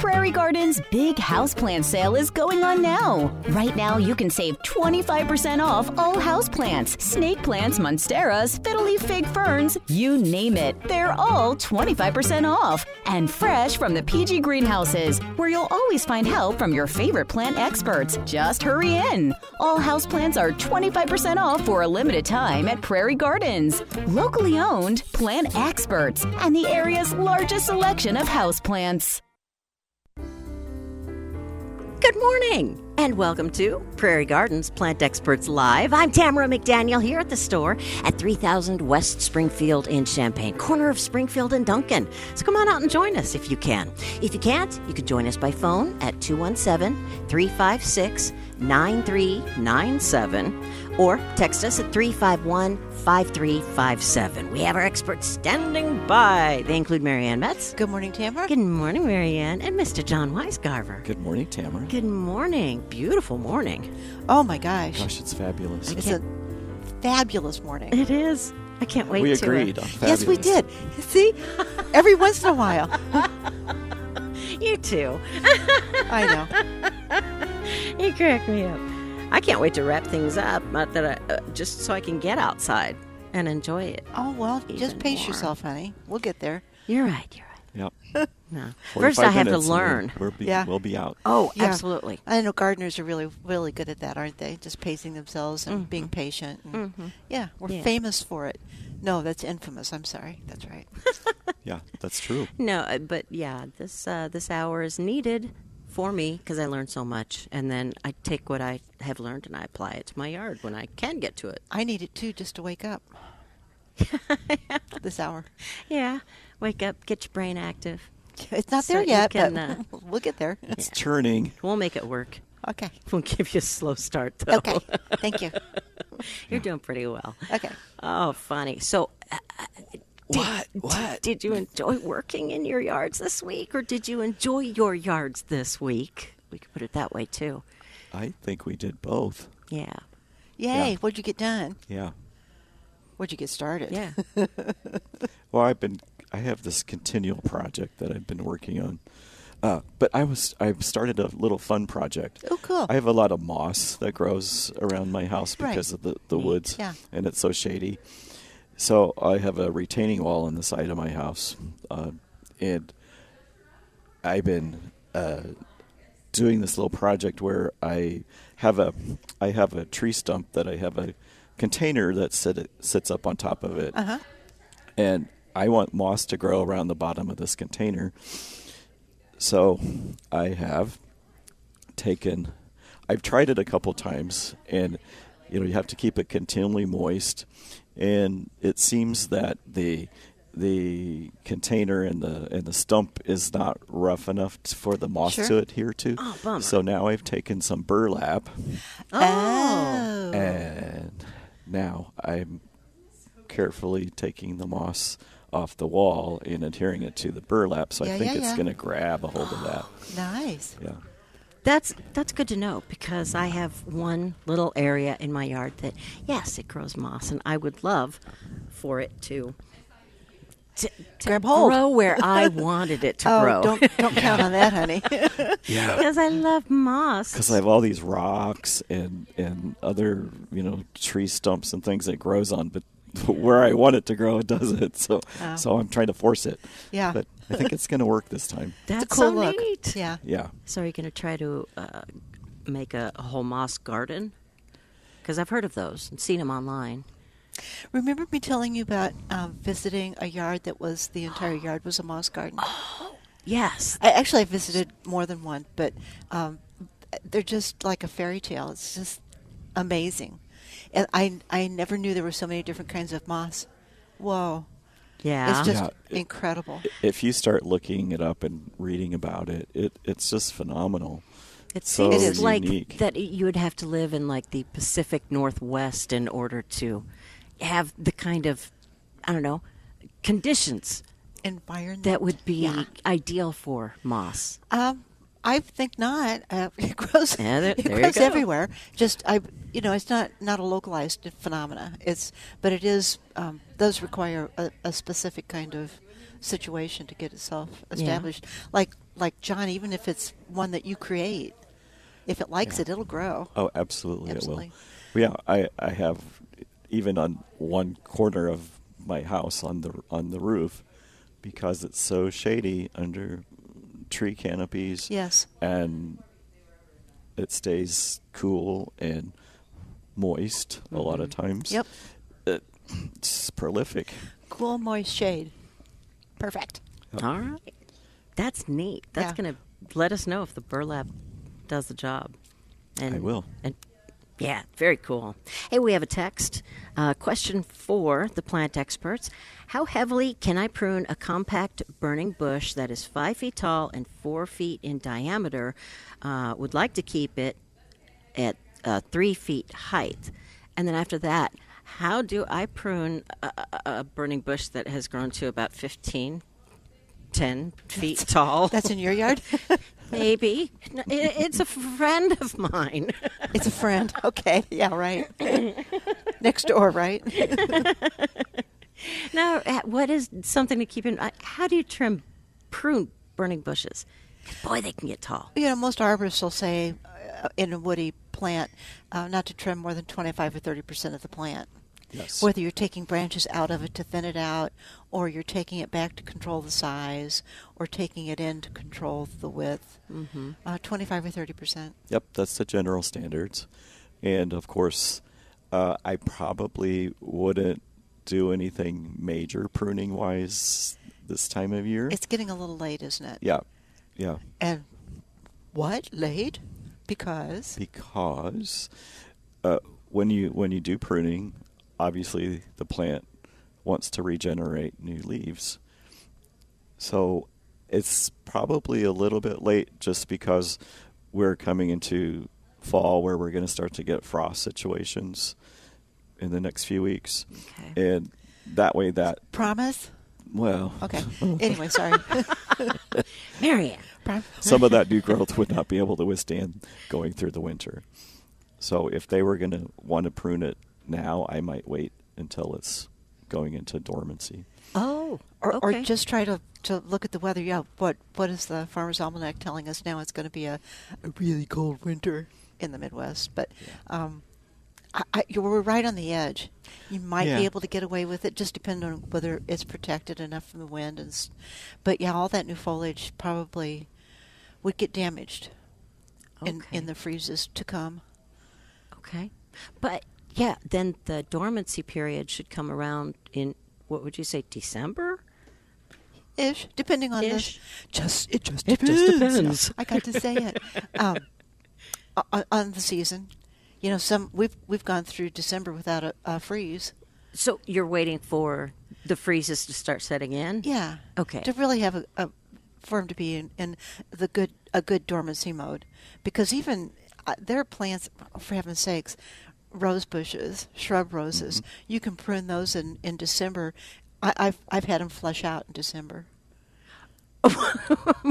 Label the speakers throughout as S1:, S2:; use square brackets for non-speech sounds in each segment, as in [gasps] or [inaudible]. S1: Prairie Garden's big houseplant sale is going on now. Right now, you can save 25% off all houseplants, snake plants, monsteras, fiddly fig ferns, you name it. They're all 25% off and fresh from the PG greenhouses, where you'll always find help from your favorite plant experts. Just hurry in. All houseplants are 25% off for a limited time at Prairie Gardens. Locally owned, plant experts, and the area's largest selection of houseplants.
S2: Good morning and welcome to Prairie Gardens Plant Experts Live. I'm Tamara McDaniel here at the store at 3000 West Springfield in Champaign, corner of Springfield and Duncan. So come on out and join us if you can. If you can't, you can join us by phone at 217 356 9397 or text us at 351 5357. We have our experts standing by. They include Marianne Metz.
S3: Good morning, Tamara.
S2: Good morning, Marianne, and Mr. John Weisgarver.
S4: Good morning, Tamara.
S2: Good morning. Beautiful morning.
S3: Oh my gosh.
S4: Gosh, it's fabulous.
S3: It's a fabulous morning.
S2: It is. I can't wait
S4: we
S2: to uh,
S4: agreed. on
S3: Yes, we did.
S4: fabulous.
S3: [laughs] See? Every once in a while.
S2: You too.
S3: I know.
S2: You crack me up. I can't wait to wrap things up, but that I, uh, just so I can get outside and enjoy it.
S3: Oh, well,
S2: Even
S3: just pace
S2: more.
S3: yourself, honey. We'll get there.
S2: You're right. You're right.
S4: Yep.
S2: No.
S4: 45
S2: First, I have to
S4: minutes and we'll-
S2: learn.
S4: We'll be,
S3: Yeah.
S4: we'll be out.
S2: Oh,
S3: Yeah.
S2: absolutely.
S3: I know gardeners are really, really good at that, aren't they? Just pacing themselves and being patient. and- Yeah, we're
S2: Mm-hmm. Yeah.
S3: famous for it. No, that's infamous. I'm sorry. That's right.
S4: Yeah, that's true.
S2: No, uh, but yeah, this uh, this hour is needed for me because I learned so much, and then I take what I have learned and I apply it to my yard when I can get to it.
S3: I need it too just to wake up this hour.
S2: Yeah. Wake up, get your brain active.
S3: It's not
S2: So
S3: there
S2: you
S3: yet,
S2: can,
S3: but [laughs] we'll get there.
S4: It's turning.
S2: We'll make it work.
S3: Okay.
S2: [laughs] We'll give you a slow start, though.
S3: Okay. Thank you.
S2: [laughs] You're doing pretty well.
S3: Okay.
S2: Oh, funny. So, uh,
S4: What? What?
S2: did you enjoy working in your yards this week, or did you enjoy your yards this week? We could put it that way, too.
S4: I think we did both.
S2: Yeah.
S3: Yay.
S4: Yeah.
S3: What'd you get done?
S4: Yeah.
S3: Where'd you get started?
S2: Yeah.
S4: Well, I've been I have this continual project that I've been working on. Uh, but I was I've started a little fun project.
S3: Oh, cool.
S4: I have a lot of moss that grows around my house
S3: Right.
S4: because of the, the woods
S3: Yeah.
S4: and it's so shady. So I have a retaining wall on the side of my house, uh, and I've been uh, doing this little project where I have a I have a tree stump that I have a container that sit, sits up on top of it,
S3: Uh-huh.
S4: and I want moss to grow around the bottom of this container. So I have taken, I've tried it a couple times, and you know you have to keep it continually moist, and it seems that the the container and the and the stump is not rough enough t- for the moss
S3: Sure.
S4: to adhere to.
S2: Oh, bummer.
S4: So now I've taken some burlap,
S3: Oh.
S4: and now I'm carefully taking the moss off the wall and adhering it to the burlap. So
S3: Yeah,
S4: I think
S3: yeah,
S4: it's
S3: yeah.
S4: going to grab a hold of
S3: [gasps]
S4: that.
S3: Nice.
S4: Yeah.
S2: That's that's good to know because I have one little area in my yard that yes, it grows moss, and I would love for it to to, to
S3: Grab hold.
S2: grow where
S3: [laughs]
S2: I wanted it to
S3: Oh,
S2: grow.
S3: don't
S2: [laughs]
S3: don't count on that, honey. [laughs]
S4: Yeah.
S2: because I love moss.
S4: Because I have all these rocks and and other you know tree stumps and things it grows on, but [laughs] where I want it to grow, it doesn't. So so I'm trying to force it.
S3: Oh. Yeah.
S4: But I think it's going to work
S3: [laughs]
S4: this time.
S2: that's
S3: It's a cool
S2: so
S3: look.
S2: neat.
S3: Yeah.
S4: Yeah.
S2: So are you going to try to uh, make a, a whole moss garden? Because I've heard of those and seen them online.
S3: Remember me telling you about um, visiting a yard that was
S2: [gasps]
S3: the entire yard was a moss garden.
S2: Yes.
S3: I actually I visited more than one, but um, they're just like a fairy tale. It's just amazing, and I I never knew there were so many different kinds of moss. Whoa,
S2: Yeah.
S3: it's just
S4: Yeah, it-
S3: incredible.
S4: If you start looking it up and reading about it, it it's just phenomenal.
S2: It
S4: so
S2: seems like
S4: unique.
S2: that you would have to live in like the Pacific Northwest in order to have the kind of I don't know conditions
S3: Environment
S2: that would be
S3: Yeah.
S2: ideal for moss.
S3: Um, I think not. Uh, [laughs] it grows.
S2: Yeah, there-
S3: it
S2: there you
S3: grows
S2: go.
S3: everywhere. Just I, you know, it's not not a localized phenomena. It's but it is um, does require a, a specific kind of situation to get itself established. Like like John, even if it's one that you create, if it likes
S4: Yeah.
S3: it, it'll grow.
S4: Oh, absolutely,
S3: Absolutely.
S4: it will. Yeah, I, I have even on one corner of my house on the on the roof because it's so shady under tree canopies.
S3: Yes.
S4: and it stays cool and moist a lot of times.
S3: Mm-hmm. Yep.
S4: it's prolific.
S3: Cool, moist shade. Perfect.
S2: All right. That's neat. That's
S3: Yeah.
S2: going to let us know if the burlap does the job. And,
S4: I will.
S2: And yeah, very cool. Hey, we have a text. Uh, question for the plant experts How heavily can I prune a compact burning bush that is five feet tall and four feet in diameter? Uh, would like to keep it at uh, three feet height. And then after that, how do I prune a, a- a burning bush that has grown to about 15, 10 feet [laughs] tall?
S3: That's in your yard.
S2: Maybe. No, it- it's a friend of mine. [laughs]
S3: it's a friend. Okay. Yeah. Right. Next door. Right.
S2: now, uh, what is something to keep in mind? How do you trim prune burning bushes? Boy, they can get tall.
S3: You know, most arborists will say uh, in a woody plant uh, not to trim more than 25 or 30 percent of the plant.
S4: Yes.
S3: Whether you're taking branches out of it to thin it out, or you're taking it back to control the size, or taking it in to control the width, mm-hmm. uh, 25 or 30 percent.
S4: Yep, that's the general standards. And of course, uh, I probably wouldn't do anything major pruning wise this time of year.
S3: It's getting a little late, isn't it?
S4: yeah, yeah,
S3: And what late? Because
S4: because uh, when you when you do pruning, obviously the plant wants to regenerate new leaves. So it's probably a little bit late just because we're coming into fall where we're going to start to get frost situations in the next few weeks.
S2: Okay.
S4: And that way that
S3: promise.
S4: well [laughs]
S3: Okay. anyway, sorry.
S2: Marianne.
S3: Prom-
S4: some of that new growth would not be able to withstand going through the winter. So if they were going to want to prune it now, I might wait until it's going into dormancy.
S2: Oh,
S3: or,
S2: okay.
S3: or just try to, to look at the weather. Yeah, what what is the farmer's almanac telling us now? It's going to be a, a really cold winter in the Midwest. But um, I, I, you were right on the edge. You might
S4: Yeah.
S3: be able to get away with it, just depending on whether it's protected enough from the wind. And s- but yeah, all that new foliage probably would get damaged in
S2: Okay.
S3: in the freezes to come.
S2: Okay. But yeah, then the dormancy period should come around in what would you say, December?
S3: ish, depending on this.
S2: Ish.
S3: Just it just
S2: It
S3: depends.
S2: just depends.
S3: I got to
S2: [laughs]
S3: say it um, on, on the season. You know, some we've we've gone through December without a, a freeze.
S2: So you're waiting for the freezes to start setting in?
S3: Yeah.
S2: Okay.
S3: To really have a, a for 'em to be in, in the good a good dormancy mode, because even uh, there are plants, for heaven's sakes, rose bushes, shrub roses.
S2: Mm-hmm.
S3: You can prune those in in December. I, I've I've had them flush out in December.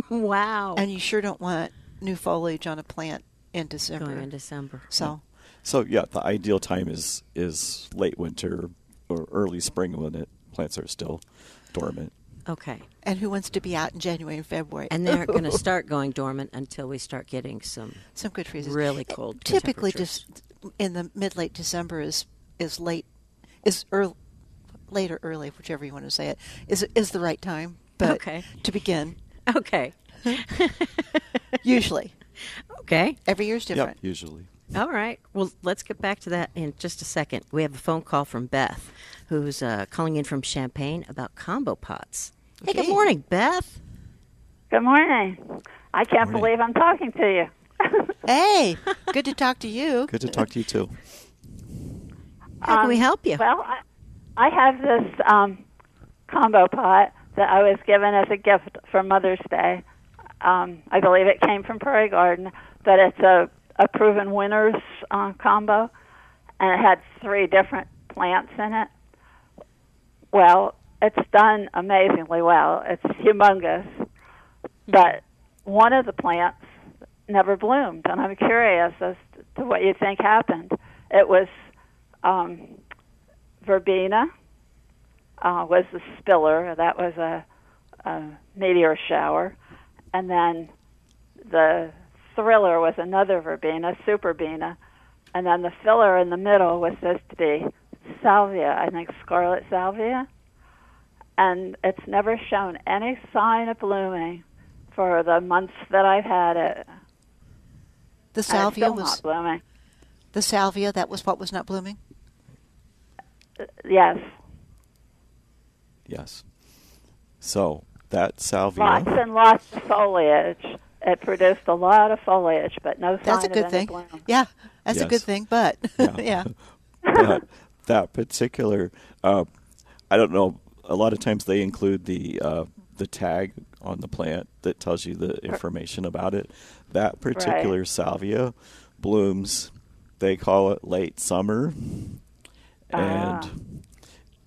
S2: Wow.
S3: and you sure don't want new foliage on a plant in December.
S2: Going in December.
S3: So,
S4: So yeah, the ideal time is is late winter or early spring when it plants are still dormant.
S2: Okay.
S3: and who wants to be out in January and February?
S2: And they're going [laughs] to start going dormant until we start getting some.
S3: some good freezes.
S2: really cold
S3: Typically,
S2: temperatures.
S3: just in the mid late December is is late is early, late or early, whichever you want to say it is is the right time. But
S2: Okay.
S3: to begin,
S2: Okay.
S3: usually
S2: Okay.
S3: every year's different.
S4: Yep, usually.
S2: All right. Well, let's get back to that in just a second. We have a phone call from Beth, who's uh, calling in from Champagne about combo pots. Hey, good
S3: Okay.
S2: morning, Beth.
S5: Good morning. I can't
S4: Morning.
S5: believe I'm talking to you.
S3: Hey, good to talk to you.
S4: Good to talk to you too.
S2: How can
S5: Um,
S2: we help you?
S5: Well, I, I have this um, combo pot that I was given as a gift for Mother's Day. Um, I believe it came from Prairie Garden, but it's a, a proven winners uh, combo, and it had three different plants in it. Well, it's done amazingly well. It's humongous, but one of the plants never bloomed, and I'm curious as to what you think happened. It was um, verbena uh, was the spiller. That was a, a meteor shower, and then the thriller was another verbena, super verbena, and then the filler in the middle was supposed to be salvia, I think scarlet salvia, and it's never shown any sign of blooming for the months that I've had it.
S3: The
S5: And it's
S3: salvia
S5: still
S3: was
S5: not blooming.
S3: the salvia. That was what was not blooming.
S5: Yes,
S4: Yes. So that salvia.
S5: lots and lots of foliage. It produced a lot of foliage, but no sign
S3: That's a
S5: of
S3: good
S5: any
S3: thing.
S5: bloom.
S3: Yeah, that's a good
S4: Yes.
S3: thing. But [laughs] yeah,
S4: Yeah. that, that particular uh, I don't know a lot of times they include the uh, the tag on the plant that tells you the information about it that particular salvia blooms they call it late summer
S5: Ah.
S4: and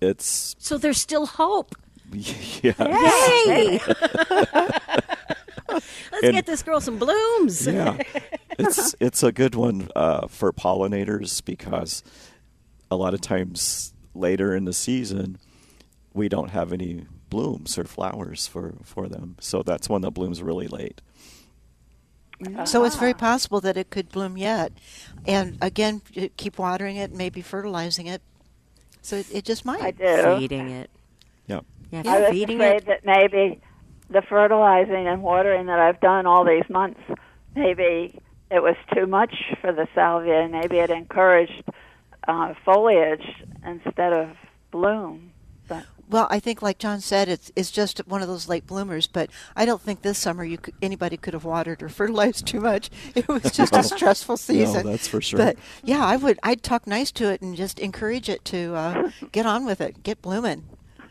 S4: it's [laughs]
S2: So there's still hope.
S4: yeah, [laughs]
S2: [laughs] Hey! Let's
S4: And-
S2: get this girl some blooms.
S4: yeah. It's it's a good one uh, for pollinators because a lot of times later in the season we don't have any blooms or flowers for, for them. So that's one that blooms really late.
S3: So it's
S5: Uh-huh.
S3: very possible that it could bloom yet, and again, you keep watering it, maybe fertilizing it. So it, it just might.
S5: I do.
S2: Feeding it.
S4: Yeah.
S2: Yeah,
S5: I was
S2: feeding
S5: afraid
S2: it.
S5: that maybe the fertilizing and watering that I've done all these months, maybe it was too much for the salvia, and maybe it encouraged uh, foliage instead of bloom. But
S3: Well, I think, like John said, it's it's just one of those late bloomers. But I don't think this summer you could, anybody could have watered or [laughs] fertilized too much. It
S4: [laughs]
S3: was just a stressful season.
S4: that's for sure.
S3: But yeah, I would I'd talk nice to it and just encourage it to
S5: [laughs]
S3: uh, get on with it, get blooming.
S5: oh,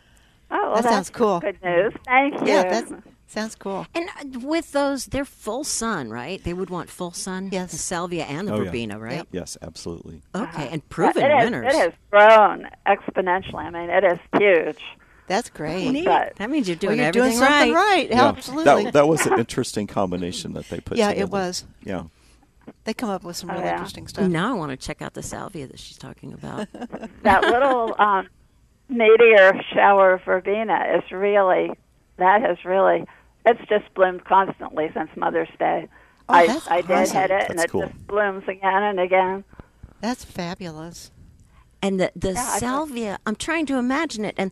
S5: well,
S3: That sounds
S5: that's
S3: cool.
S5: Good news. Thank you.
S3: Yeah, that sounds cool.
S2: And uh, with those, they're full sun, right? They would want full sun.
S3: Yes.
S2: The salvia and the
S4: Oh, yeah.
S2: verbena, right?
S4: Yes, absolutely.
S2: Okay, and proven
S5: Uh, It has-
S2: winners.
S5: it has grown exponentially. I mean, it is huge.
S3: That's great.
S2: Neat.
S5: But-
S2: That means you're
S3: Well,
S2: doing
S3: you're
S2: everything
S3: doing something
S2: right.
S3: right.
S4: Yeah.
S3: Absolutely.
S4: That, that was an interesting combination that they put
S3: Yeah, it
S4: together.
S3: was.
S4: Yeah.
S3: they come up with some
S5: Oh,
S3: really
S5: yeah.
S3: interesting stuff.
S2: Now I want to check out the salvia that she's talking
S5: [laughs]
S2: about.
S3: [laughs]
S5: that little um, meteor shower verbena is really that has really it's just bloomed constantly since Mother's Day.
S3: Oh,
S5: I
S3: that's
S5: I did
S3: awesome.
S5: hit it and
S4: That's
S5: it
S4: cool.
S5: just blooms again and again.
S3: That's fabulous.
S2: And the, the
S5: I thought-
S2: salvia, I'm trying to imagine it, and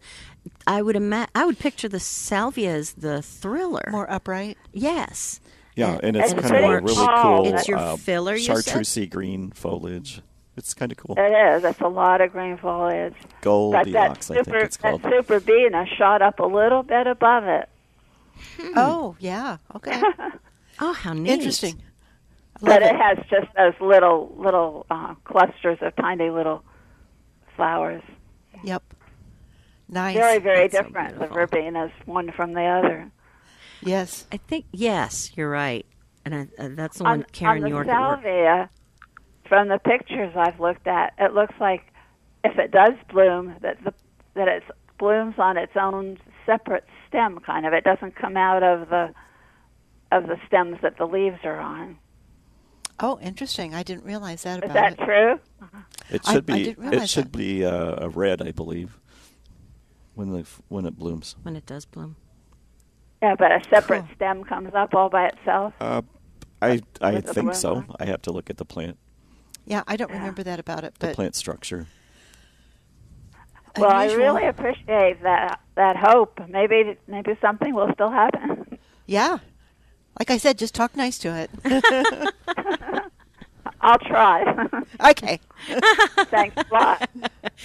S2: I would ima- I would picture the salvia as the thriller.
S3: More upright.
S2: yes.
S4: Yeah, and it's
S5: it's
S4: kind of a
S5: pretty
S4: really
S5: tall.
S4: cool
S2: It's your
S4: uh,
S2: filler, you said?
S4: chartreusey green foliage. It's kind of cool.
S5: It is. It's a lot of green foliage. But that
S4: Goldilocks, I think
S5: super
S4: it's
S5: that
S4: called.
S5: super beena shot up a little bit above it. Mm-hmm.
S3: Oh yeah.
S5: [laughs]
S3: Okay.
S2: Oh, how neat.
S3: interesting. I love
S5: But it has just those little little uh, clusters of tiny little flowers.
S3: Yep. Nice.
S5: Very, very
S2: That's so
S5: different. the
S2: beautiful.
S5: verbena is one from the other.
S3: Yes.
S2: I think, yes, you're right. And I, uh, that's the one
S5: on,
S2: Karen
S5: on the
S2: York at work-
S5: salvia, from the pictures I've looked at, it looks like if it does bloom, that the that it blooms on its own separate stem, kind of. It doesn't come out of the of the stems that the leaves are on.
S3: Oh, interesting. I didn't realize that
S5: Is
S3: about
S5: that
S3: it.
S5: true?
S4: It
S3: I-
S4: should
S3: I
S4: be.
S3: didn't
S4: it
S3: realize
S4: should
S3: that.
S4: be uh, a red, I believe, when the when it blooms.
S2: when it does bloom.
S5: Yeah, but a separate
S3: Cool.
S5: stem comes up all by itself.
S4: Uh, I I
S5: With the
S4: think
S5: blue
S4: so.
S5: line.
S4: I have to look at the plant,
S3: Yeah, I don't remember that about it.
S4: the
S3: But
S4: plant structure.
S5: well, I
S3: unusual.
S5: really appreciate that that hope. Maybe maybe something will still happen. [laughs]
S3: yeah, like I said, just talk nice to it. [laughs]
S5: I'll try. [laughs]
S3: okay.
S5: Thanks a
S2: [laughs]
S5: lot.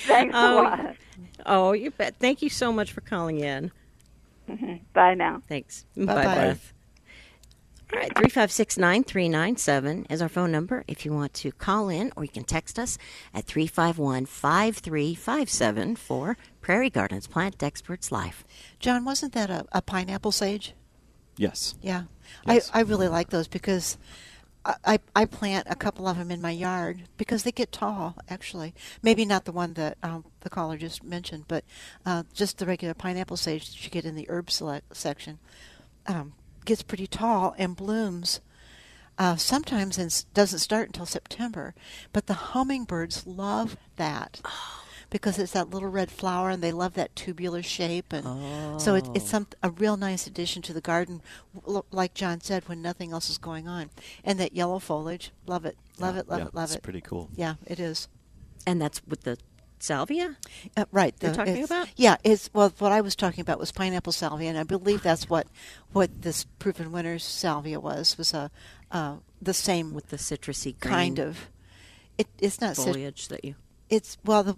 S5: Thanks
S2: Oh,
S5: a lot.
S2: Oh, you bet. Thank you so much for calling in.
S5: Bye now.
S2: Thanks.
S3: Bye-bye.
S2: Beth. All right, 356-9397 is our phone number if you want to call in or you can text us at 351-5357 for Prairie Gardens Plant Experts Live.
S3: John, wasn't that a, a pineapple sage?
S4: Yes.
S3: Yeah,
S4: Yes.
S3: I, I really like those because I, I I plant a couple of them in my yard because they get tall. Actually, maybe not the one that um, the caller just mentioned, but uh, just the regular pineapple sage that you get in the herb select section um, gets pretty tall and blooms. Uh,
S4: Oh.
S3: sometimes and doesn't start until September, but the hummingbirds love that because it's that little red flower and they love that tubular shape and so it, it's some a real nice addition to the garden w- l- like John said when nothing else is going on and that yellow foliage love it love it love
S4: yeah,
S3: it love
S4: it's
S3: it
S4: pretty cool.
S3: yeah it is
S2: And that's with the salvia?
S3: uh, right.
S2: You're
S3: the-
S2: talking
S3: it's-
S2: about?
S3: Yeah, it's well. What I was talking about was pineapple salvia, and I believe that's what what this proven winner's salvia was was a uh, the same
S2: With the citrusy green
S3: kind of. It, it's not. cit-
S2: foliage that you.
S3: it's well the.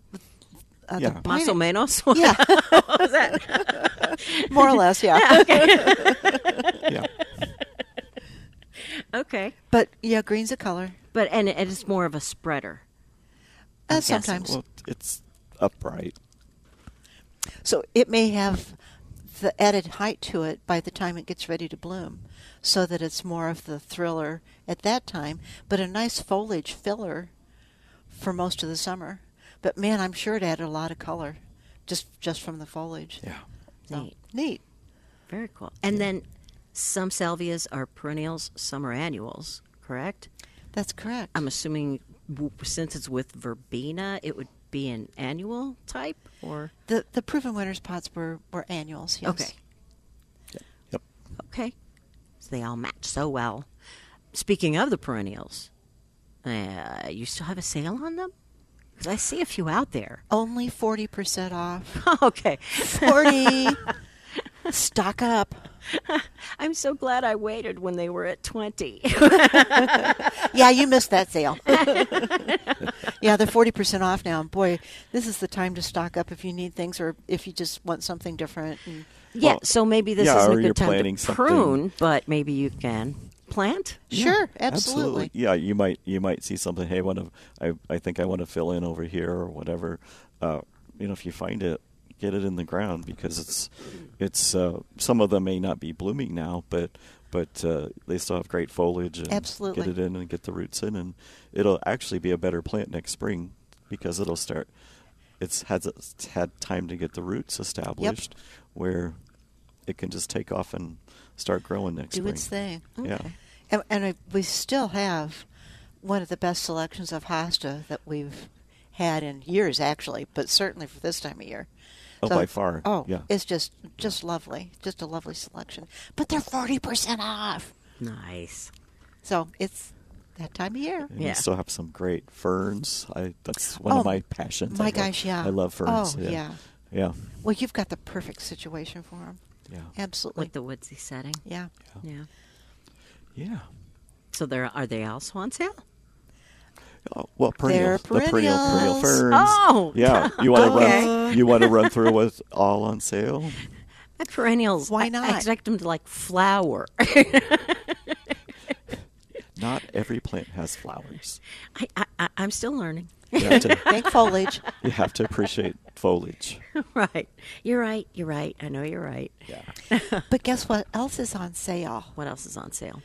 S3: Uh,
S4: Yeah.
S3: the pine-
S2: Más o menos?
S3: [laughs]
S2: [laughs]
S3: Yeah,
S2: What was
S3: [laughs]
S2: that?
S3: more or less. Yeah.
S4: yeah.
S2: okay.
S3: but yeah, green's a color.
S2: But, and it- it's more of a spreader.
S3: Uh,
S2: guessing.
S3: [laughs] sometimes.
S4: Well, it's upright.
S3: So it may have the added height to it by the time it gets ready to bloom, so that it's more of the thriller at that time, but a nice foliage filler for most of the summer. But man, I'm sure it added a lot of color just just from the foliage.
S4: Yeah.
S3: So,
S2: Neat.
S3: neat.
S2: Very cool. And then some salvias are perennials, some are annuals, correct?
S3: That's correct.
S2: I'm assuming w- since it's with verbena, it would be an annual type or
S3: the the proven winners pots were, were annuals, yes.
S2: Okay.
S4: Yep.
S2: okay. So they all match so well. Speaking of the perennials, uh, you still have a sale on them? Because I see a few out there. [laughs]
S3: Only forty percent [laughs] off.
S2: okay.
S3: Forty stock up.
S2: I'm so glad I waited when they were at 20.
S3: Yeah, you missed that [laughs] sale. yeah, they're forty percent off now. And boy, this is the time to stock up if you need things or if you just want something different. And
S2: [laughs] yeah,
S4: Well,
S2: so maybe this
S4: yeah,
S2: isn't a
S4: or
S2: good
S4: you're
S2: time
S4: planning
S2: to
S4: something.
S2: prune, but maybe you can plant.
S3: sure, absolutely.
S4: Yeah, you might you might see something. Hey, want to? I I think I want to fill in over here or whatever. Uh, you know, if you find it, get it in the ground because it's it's uh, some of them may not be blooming now, but but uh, they still have great foliage. And
S3: Absolutely.
S4: get it in and get the roots in, and it'll actually be a better plant next spring because it'll start. It's has it's had time to get the roots established, where it can just take off and start growing next
S3: Do
S4: spring.
S3: its thing.
S4: Yeah.
S3: And, and I, we still have one of the best selections of hosta that we've had in years, actually, but certainly for this time of year.
S4: Oh, by far,
S3: Oh,
S4: yeah.
S3: It's just just lovely, just a lovely selection. But they're forty percent off,
S2: Nice.
S3: so it's that time of year.
S4: And
S2: Yeah.
S4: we still have some great ferns. I that's one
S3: Oh,
S4: of my passions. I
S3: my
S4: love-
S3: gosh, yeah.
S4: I love ferns.
S3: Oh,
S4: yeah. Yeah.
S3: Well, you've got the perfect situation for them.
S4: Yeah.
S3: Absolutely.
S2: With the woodsy setting.
S3: yeah.
S2: Yeah.
S4: Yeah.
S2: So there are they also on sale?
S4: Oh, well,
S3: They're
S4: perennial, the perennial, perennial
S3: perennials.
S4: ferns.
S2: Oh,
S3: [laughs]
S4: [laughs] yeah. You want to
S2: okay.
S4: run? You want to run through what's all on sale?
S2: Uh, perennials.
S3: Why
S2: I- I,
S3: not?
S2: expect them to like flower. [laughs]
S4: Not every plant has flowers.
S2: I, I, I, I'm still
S3: [laughs]
S2: learning.
S4: You have, to,
S2: [laughs]
S3: Bank foliage.
S4: you have to appreciate foliage.
S2: right. You're right. You're right. I know you're right.
S4: Yeah.
S3: But guess what else is on sale?
S2: What else is on sale?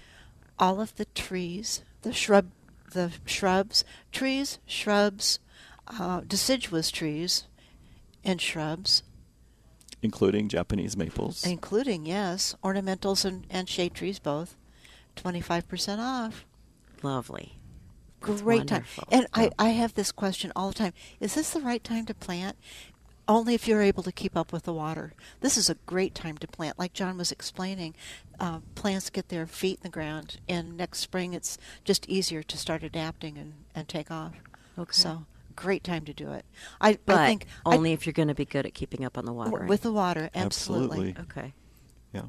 S3: all of the trees, the shrub, the shrubs, trees, shrubs, uh, deciduous trees, and shrubs,
S4: Including Japanese maples.
S3: including yes, ornamentals and, and shade trees both, twenty five percent off.
S2: Lovely.
S3: Great
S2: wonderful.
S3: time. And I, I have this question all the time: Is this the right time to plant? Only if you're able to keep up with the water. This is a great time to plant. Like John was explaining, uh, plants get their feet in the ground, and next spring it's just easier to start adapting and, and take off.
S2: Okay.
S3: So, great time to do it. I,
S2: But
S3: I think I-
S2: only if you're going to be good at keeping up on the water.
S3: with the water, absolutely.
S4: Absolutely.
S2: okay.
S4: Yeah.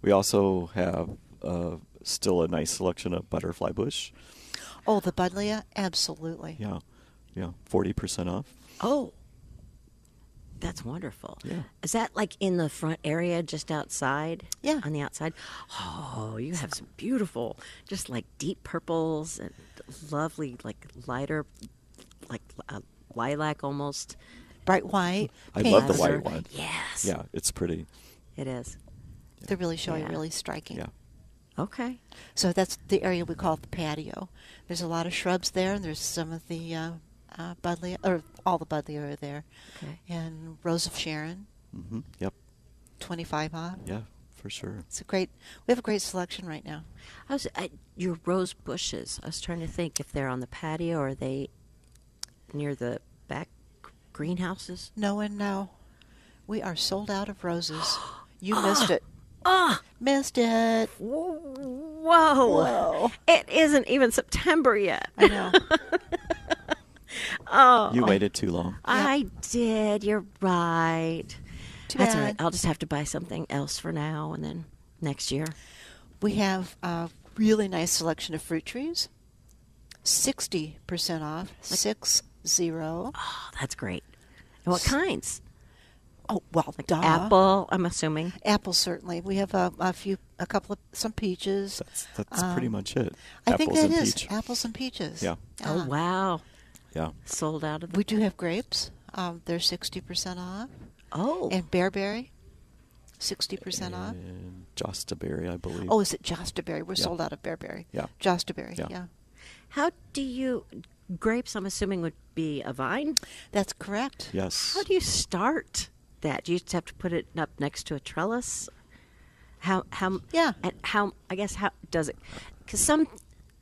S4: We also have uh, still a nice selection of butterfly bush.
S3: Oh, the buddleia, absolutely.
S4: Yeah. Yeah. Forty percent off.
S2: Oh, that's wonderful.
S4: Yeah.
S2: Is that like in the front area, just outside?
S3: Yeah.
S2: On the outside? Oh, you have some beautiful, just like deep purples and lovely, like lighter, like uh, lilac almost.
S3: Bright white.
S4: I love the
S3: pinks.
S4: white one.
S2: Yes.
S4: Yeah, it's pretty.
S2: It is.
S3: They really showy,
S2: Yeah.
S3: really striking.
S4: Yeah.
S2: Okay.
S3: So that's the area we call the patio. There's a lot of shrubs there, and there's some of the uh, uh, buddleia, or all the buddleia are there.
S2: Okay.
S3: And Rose of Sharon,
S4: hmm Yep.
S3: 25 off.
S4: Yeah, for sure.
S3: It's a great, we have a great selection right now.
S2: I was I, your rose bushes. I was trying to think if they're on the patio or are they near the back greenhouses?
S3: No and no. We are sold out
S2: [gasps]
S3: of roses. You missed it.
S2: Ah,
S3: Missed it.
S2: whoa. It isn't even September yet. Oh,
S3: I know.
S4: You
S3: Uh,
S4: waited too long.
S2: I did. You're right. [laughs]
S3: Too
S2: That's all
S3: bad.
S2: right. I'll just have to buy something else for now and then next year.
S3: We have a really nice selection of fruit trees. 60% off. Six
S2: [gasps]
S3: zero.
S2: Oh, that's great. And what kinds?
S3: Oh, well, duh.
S2: Apple, I'm assuming.
S3: Apple, certainly. We have a, a few, a couple of, some peaches.
S4: That's that's pretty much it.
S3: um, I think
S4: Apples
S3: that
S4: and
S3: is
S4: peach.
S3: apples and peaches. Um,
S4: Yeah.
S2: Oh, wow.
S4: Yeah.
S2: Sold out of the.
S3: We do have grapes. Um, they're 60% off.
S2: Oh.
S3: And bearberry, 60% off.
S4: And Jostaberry, I believe.
S3: Oh, is it Jostaberry? We're sold out of bearberry.
S4: Yeah.
S3: Jostaberry, yeah.
S4: Yeah.
S2: How do you. Grapes, I'm assuming, would be a vine?
S3: That's correct.
S4: yes.
S2: How do you start that? Do you just have to put it up next to a trellis? How how
S3: Yeah.
S2: and how I guess how does it? Because some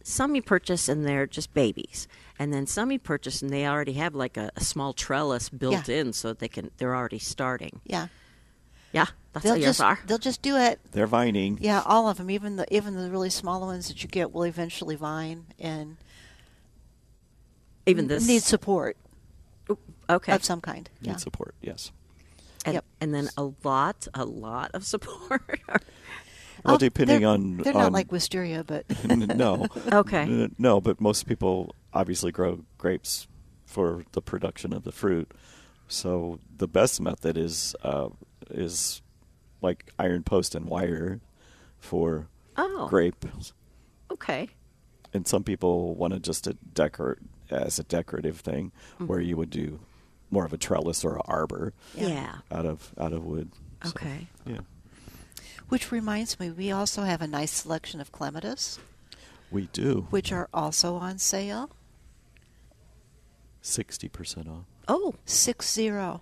S2: some you purchase and they're just babies, and then some you purchase and they already have like a, a small trellis built
S3: Yeah.
S2: in, so they can they're already starting.
S3: Yeah.
S2: Yeah, that's
S3: They'll
S2: how yours
S3: just,
S2: are.
S3: they'll just do it.
S4: They're vining.
S3: Yeah, all of them, even the even the really small ones that you get will eventually vine and
S2: Even this
S3: need support
S2: okay,
S3: of some kind.
S4: Need
S3: Yeah.
S4: support. Yes. [laughs]
S2: and,
S3: yep.
S2: and then a lot a lot of support. [laughs]
S4: Well,
S3: Oh,
S4: depending
S3: they're-
S4: on
S3: they're
S4: on-
S3: not like wisteria, but [laughs]
S4: no.
S2: Okay.
S4: N- No, but most people obviously grow grapes for the production of the fruit. So the best method is uh, is like iron post and wire for
S2: Oh.
S4: grapes.
S2: okay,
S4: And some people want to just a decor as a decorative thing, where you would do more of a trellis or an arbor
S2: yeah,
S4: out of out of wood. So,
S2: okay.
S4: yeah.
S3: which reminds me, we also have a nice selection of clematis,
S4: We do
S3: which are also on sale.
S4: sixty percent off.
S2: Oh,
S3: Six zero,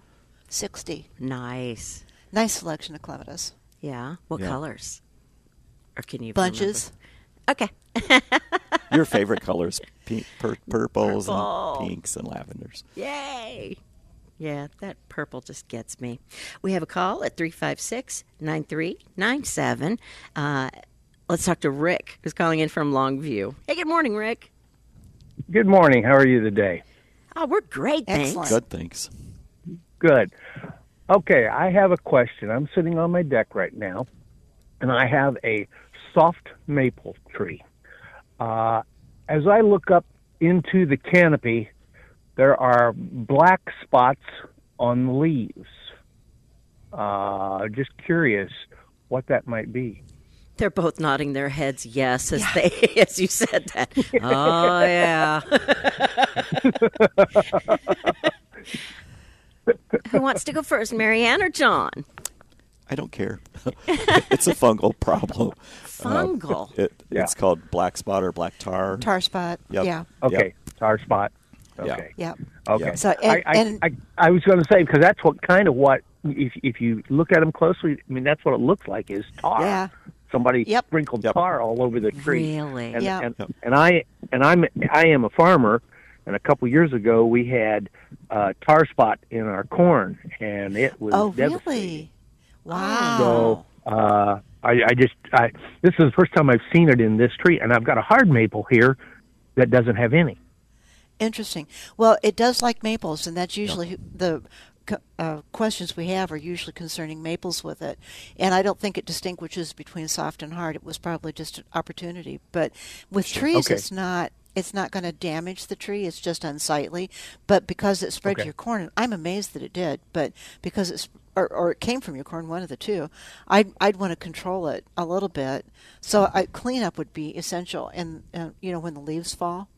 S3: sixty.
S2: nice.
S3: Nice selection of clematis.
S2: Yeah. What
S4: Yeah.
S2: colors? Or can you remember?
S3: Bunches.
S2: Okay.
S4: Your favorite colors: [laughs] pink, pur- purples,
S2: Purple.
S4: and pinks, and lavenders.
S2: Yay. Yeah, that purple just gets me. We have a call at 356 9397. Uh, Let's talk to Rick, who's calling in from Longview. Hey, good morning, Rick.
S6: Good morning. How are you today?
S2: Oh, we're great. Thanks.
S3: Excellent.
S4: Good, thanks.
S6: Good. Okay, I have a question. I'm sitting on my deck right now, and I have a soft maple tree. Uh, as I look up into the canopy, there are black spots on the leaves. Uh, just curious what that might be.
S2: They're both nodding their heads yes as they [laughs] as you said that. oh yeah.
S3: [laughs]
S2: Who wants to go first, Marianne or John?
S4: I don't care. [laughs] it's a fungal problem.
S2: Fungal.
S4: It,
S6: Yeah.
S4: It's called black spot or black tar.
S3: Tar spot.
S4: Yep.
S3: Yeah.
S6: Okay, tar spot.
S4: Yeah.
S6: Okay.
S3: Yep.
S6: Okay.
S4: Yeah.
S3: So, and-
S6: I, I,
S3: and-
S6: I, I was going to say because that's what kind of what if if you look at them closely, I mean that's what it looks like is tar.
S3: Yeah.
S6: Somebody
S3: Yep.
S6: sprinkled
S4: Yep.
S6: tar all over the tree.
S2: Really?
S6: And,
S3: Yeah.
S6: and,
S4: Yep.
S6: and I and I'm I am a farmer, and a couple years ago we had uh, tar spot in our corn, and it was
S3: Oh,
S6: devastating.
S3: really? Wow.
S6: So uh, I, I just I this is the first time I've seen it in this tree, and I've got a hard maple here that doesn't have any.
S3: Interesting. Well, it does like maples, and that's usually the c- uh, questions we have are usually concerning maples with it. And I don't think it distinguishes between soft and hard. It was probably just an opportunity. But with trees,
S6: Okay.
S3: it's not. It's not going to damage the tree. It's just unsightly. But because it spread to
S6: Okay.
S3: your corn, and I'm amazed that it did. But because it's or, or it came from your corn, one of the two, I'd I'd want to control it a little bit.
S6: Mm-hmm.
S3: So I, cleanup would be essential. And, and you know when the leaves fall,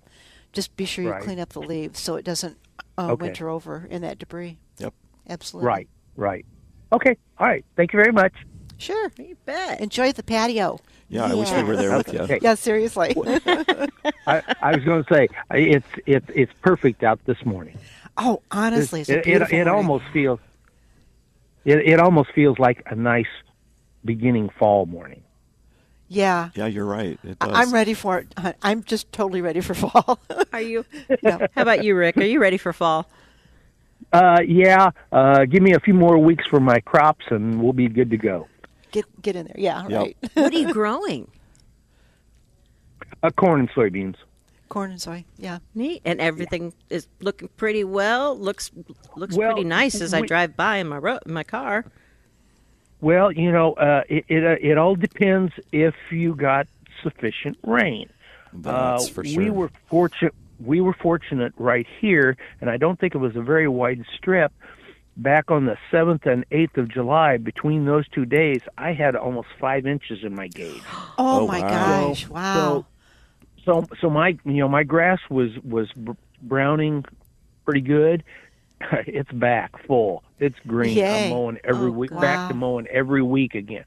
S3: just be sure you
S6: Right.
S3: clean up the leaves so it doesn't uh,
S6: Okay.
S3: winter over in that debris.
S4: Yep.
S3: Absolutely.
S6: Right. Right. Okay. All right. Thank you very much.
S3: Sure.
S2: You bet.
S3: Enjoy the patio.
S4: Yeah, I wish we were there with you.
S6: Okay.
S3: Yeah, seriously.
S6: I, I was going to say I- it's it's it's perfect out this morning.
S3: [laughs] oh, honestly, it's a
S6: it, it,
S3: beautiful
S6: it
S3: morning.
S6: almost feels it, it almost feels like a nice beginning fall morning.
S3: Yeah.
S4: Yeah, you're right. It does.
S3: I- I'm ready for it. I- I'm just totally ready for [laughs] fall.
S2: Are you?
S3: No.
S2: How about you, Rick? Are you ready for fall?
S6: uh, yeah, uh, give me a few more weeks for my crops and we'll be good to go.
S3: Get get in there. Yeah,
S4: Yep.
S3: right. [laughs]
S2: What are you growing?
S6: Uh, corn and soybeans.
S3: Corn and soy. Yeah.
S2: Neat. And everything is looking pretty well. Looks looks
S6: Well,
S2: pretty nice as I
S6: we-
S2: drive by in my ro- in my car.
S6: Well, you know, uh, it it, uh, it all depends if you got sufficient rain.
S4: That's for
S6: Uh, We
S4: sure.
S6: were fortunate. We were fortunate right here, and I don't think it was a very wide strip. Back on the seventh and eighth of July, between those two days, I had almost five inches in my gauge.
S3: Oh,
S4: Oh,
S3: my
S4: wow.
S3: gosh! Wow.
S6: So, so my you know my grass was was br- browning pretty good. [laughs] it's back full. It's green.
S3: Yay.
S6: I'm mowing every
S3: Oh,
S6: week.
S3: God.
S6: Back to mowing every week again.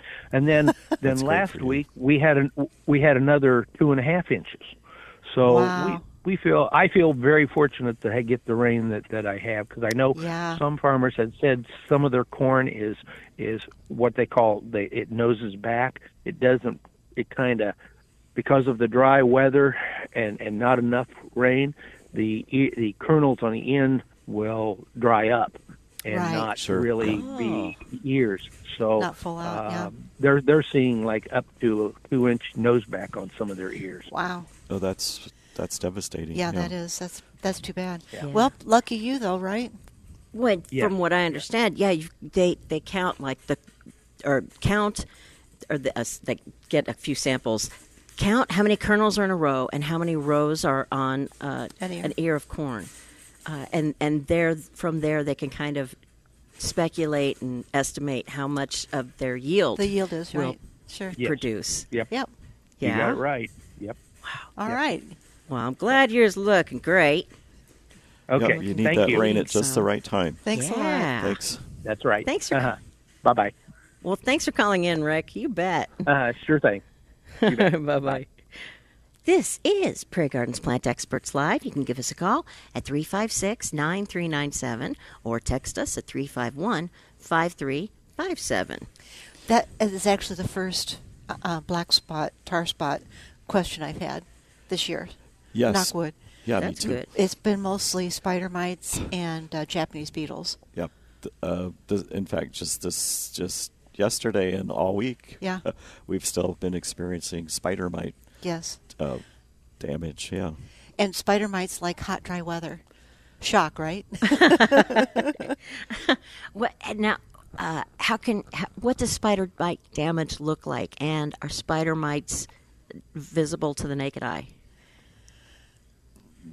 S3: [laughs]
S6: And then then last week we had an we had another two and a half inches. So
S3: Wow.
S6: we we feel I feel very fortunate that I get the rain that that I have because I know
S3: Yeah.
S6: some farmers had said some of their corn is is what they call they it noses back. It doesn't. It kind of because of the dry weather and and not enough rain, the e- the kernels on the end will dry up and
S3: Right. Oh.
S6: not
S4: Sure.
S6: really be ears. So um,
S3: Not full out, yeah.
S6: they're they're seeing like up to a two inch noseback on some of their ears.
S3: Wow.
S4: Oh, that's that's devastating.
S3: Yeah, that is. That's that's too bad. Well, lucky you though, right?
S2: Well,
S6: Yeah.
S2: from what I understand, yeah, you, they they count like the or count or the, uh, s- they get a few samples. Count how many kernels are in a row and how many rows are on uh,
S3: An ear.
S2: of corn, uh, and and there from there they can kind of speculate and estimate how much of their yield
S3: The yield is
S2: will
S3: right. Sure.
S6: Yes.
S2: produce.
S6: Yep.
S3: Yep.
S2: Yeah.
S6: You got it right. Yep.
S3: All right.
S2: Well, I'm glad yours looking great.
S4: Yep,
S6: Okay.
S4: you need
S6: Thank
S4: that
S6: you.
S4: rain at just
S2: So-
S4: the right time.
S3: Thanks a lot.
S2: yeah.
S4: Thanks.
S6: That's right.
S2: Thanks for-
S6: uh Bye bye.
S2: Well, thanks for calling in, Rick. You bet.
S6: Uh, sure thing.
S2: [laughs] bye bye. This is Prairie Gardens Plant Experts Live. You can give us a call at 356 9397 or text us at 351 5357.
S3: That is actually the first uh, uh, black spot tar spot question I've had this year.
S4: Yes.
S3: Knockwood.
S4: Yeah,
S2: That's
S4: me too.
S2: good.
S3: It's been mostly spider mites and uh, Japanese beetles.
S4: Yep. Th- Uh, th- in fact, just this, just yesterday and all week,
S3: Yeah.
S4: [laughs] we've still been experiencing spider mite
S3: Yes.
S4: uh, damage. Yeah.
S3: And spider mites like hot, dry weather. Shock, right?
S2: What and now? Uh, how can how, what does spider bite damage look like, and are spider mites visible to the naked eye?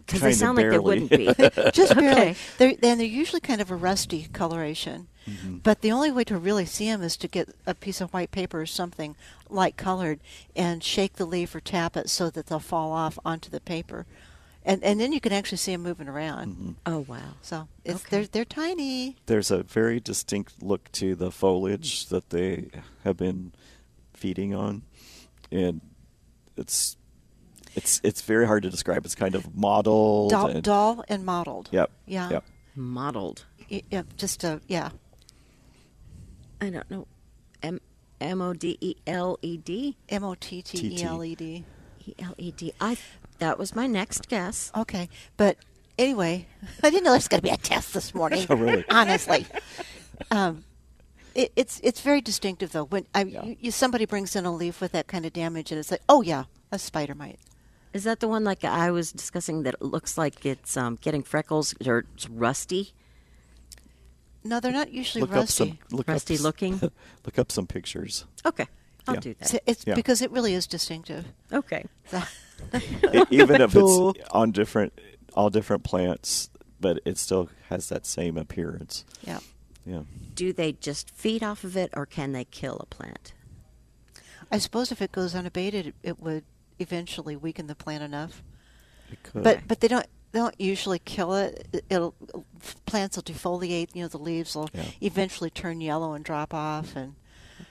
S2: Because they
S4: Kinda
S2: sound like they
S4: barely.
S2: wouldn't
S6: [laughs]
S2: be.
S3: Just barely.
S2: Okay.
S3: They're, and they're usually kind of a rusty coloration. But the only way to really see them is to get a piece of white paper or something light colored and shake the leaf or tap it so that they'll fall off onto the paper. And, and then you can actually see them moving around.
S2: oh wow!
S3: So it's,
S2: Okay.
S3: they're, they're tiny.
S4: There's a very distinct look to the foliage that they have been feeding on, and it's it's it's very hard to describe. It's kind of mottled.
S3: Doll,
S4: and,
S3: doll and mottled.
S4: Yep.
S3: Yeah.
S4: Yep.
S2: Modeled.
S3: Y- Yep. Just a, yeah.
S2: I don't know. M M O D E L E D
S3: M O T T E L E D.
S2: E L E D. I that was my next guess.
S3: Okay, but anyway, [laughs] I didn't know there was going to be a test
S4: [laughs]
S3: this morning.
S4: Oh, really? [laughs]
S3: Honestly, um, it, it's it's very distinctive though. When I, you, you, somebody brings in a leaf with that kind of damage, and it's like, oh yeah, a spider mite.
S2: Is that the one like I was discussing that it looks like it's um, getting freckles or it's rusty?
S3: No, they're not usually
S4: Look up
S3: rusty.
S4: some look
S2: Rusty
S4: up, s-
S2: looking?
S4: [laughs] look up
S3: [laughs]
S4: some pictures.
S2: Okay, I'll
S4: Yeah.
S2: do that.
S3: So it's
S4: Yeah.
S3: because it really is distinctive. [laughs]
S2: Okay.
S3: So-
S4: E- even if
S2: Cool.
S4: it's on different all different plants, but it still has that same appearance.
S3: yeah,
S4: Yeah.
S2: Do they just feed off of it, or can they kill a plant?
S3: I suppose if it goes unabated, it, it would eventually weaken the plant enough.
S4: It could.
S3: But but they don't they don't usually kill it. It- It'll plants will defoliate. You know the leaves will
S4: Yeah.
S3: eventually turn yellow and drop off, and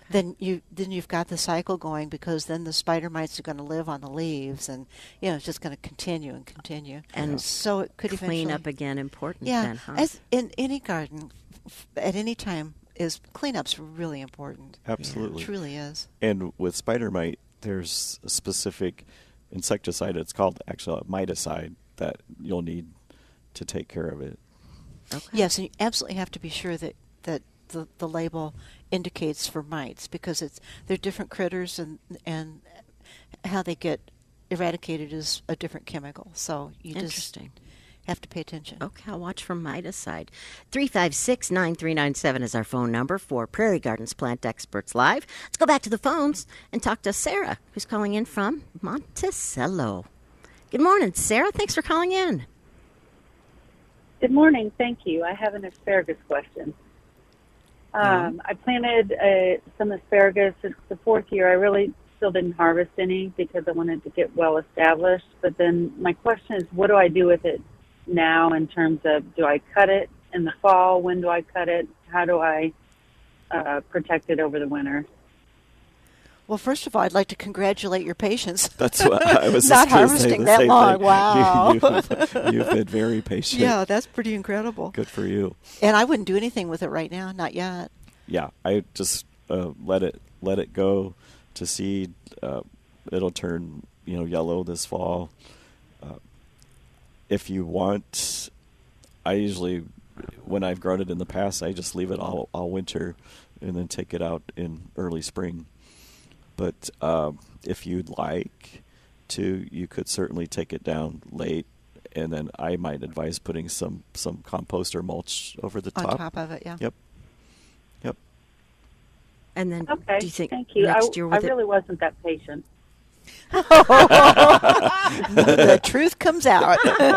S3: then you then you've got the cycle going because then the spider mites are going to live on the leaves, and you know it's just going to continue and continue.
S2: And
S3: so it could
S2: Clean
S3: eventually
S2: up again important
S3: Yeah,
S2: then, huh?
S3: as in any garden, f- at any time is cleanups really important.
S4: Absolutely.
S3: Truly is.
S4: And with spider mite, there's a specific insecticide. It's called actually a miticide that you'll need to take care of it.
S3: Yes, and you absolutely have to be sure that that the, the label indicates for mites because it's they're different critters and and how they get eradicated is a different chemical. So you just
S2: Interesting. Oh.
S3: have to pay attention.
S2: Okay, I'll watch for miticide. 356 9397 is our phone number for Prairie Gardens Plant Experts Live. Let's go back to the phones and talk to Sarah, who's calling in from Monticello. Good morning, Sarah. Thanks for calling in.
S7: Good morning. Thank you. I have an asparagus question.
S2: Mm-hmm.
S7: Um, I planted uh, some asparagus. It's the fourth year. I really still didn't harvest any because I wanted to get well established. But then my question is, what do I do with it now in terms of do I cut it in the fall? When do I cut it? How do I uh, protect it over the winter?
S3: Well, first of all, I'd like to congratulate your patients.
S4: That's
S3: [laughs]
S4: what I was
S3: Not
S4: just gonna say
S3: harvesting
S4: the
S3: that
S4: same
S3: long.
S4: thing. [laughs]
S3: Wow.
S4: You, have you've been very patient.
S3: yeah, that's pretty incredible.
S4: Good for you.
S3: And I wouldn't do anything with it right now, not yet.
S4: yeah, I just uh, let it let it go to seed. Uh, it'll turn you know yellow this fall. Uh, if you want, I usually when I've grown it in the past, I just leave it all all winter, and then take it out in early spring. But um, if you'd like to, you could certainly take it down late. And then I might advise putting some, some compost or mulch over the
S3: On
S4: top.
S3: top of it, yeah.
S4: Yep. Yep.
S2: And then,
S7: Okay.
S2: do you think
S7: Thank you.
S2: next
S7: I,
S2: year
S7: I
S2: with it?
S7: really wasn't that patient.
S3: the truth comes out. [laughs]
S2: Maybe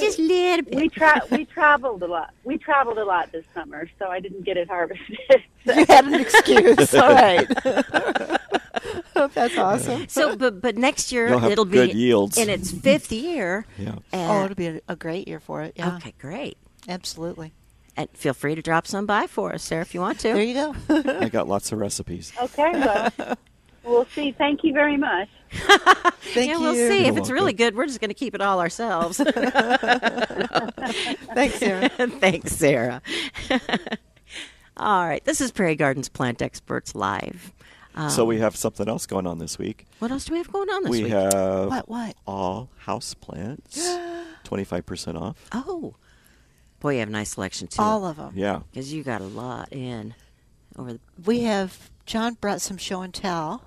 S2: just a little bit.
S7: We tra- we traveled a lot. We traveled a lot this summer, so I didn't get it harvested.
S3: you had an excuse. [laughs] All right. That's awesome.
S2: So,
S7: [laughs]
S2: but but next year
S4: You'll have
S2: it'll be
S4: good yields.
S2: in its fifth year.
S4: Yeah.
S3: Oh,
S2: And,
S3: it'll be a, a great year for it. Yeah,
S2: Okay, great.
S3: absolutely.
S2: And feel free to drop some by for us, Sarah, if you want to.
S3: There you go.
S4: I got lots of
S2: [laughs]
S4: recipes.
S7: Okay, well, [laughs] we'll see. Thank you very much.
S3: Thank
S2: yeah,
S3: you.
S2: we'll see.
S4: You're
S2: if it's really good, we're just going to keep it all ourselves.
S3: Thanks,
S4: [laughs]
S2: [laughs] [laughs]
S3: Sarah.
S2: Thanks, Sarah. [laughs] all right. This is Prairie Gardens Plant Experts Live. Um,
S4: so we have something else going on this week.
S2: what else do we have going on this
S4: we
S2: week?
S4: have
S3: What? What?
S4: all house
S2: [gasps]
S4: plants, twenty five percent off.
S2: oh, boy, you have a nice selection too.
S3: All of them.
S4: Yeah,
S2: because you got a lot in over the.
S3: We have John brought some show and tell.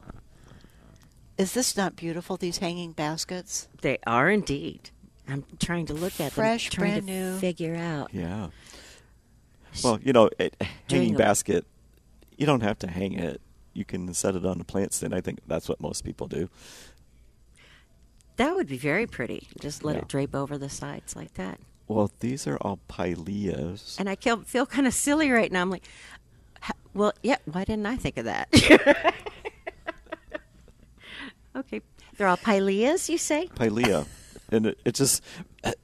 S3: Is this not beautiful? These hanging baskets.
S2: They are indeed. I'm trying to look at
S3: Fresh,
S2: them, trying
S3: brand
S2: to
S3: new.
S2: figure out.
S4: yeah. Well, you know, it, hanging
S2: a-
S4: basket. You don't have to hang it. You can set it on a plant stand. I think that's what most people do.
S2: That would be very pretty. Just let
S4: Yeah.
S2: it drape over the sides like that.
S4: Well, these are all pileas.
S2: And I feel, feel kind of silly right now. I'm like, "Ha- well, yeah, why didn't I think of that?
S3: [laughs]
S2: okay. They're all pileas, you say?
S4: Pilea. And it, it just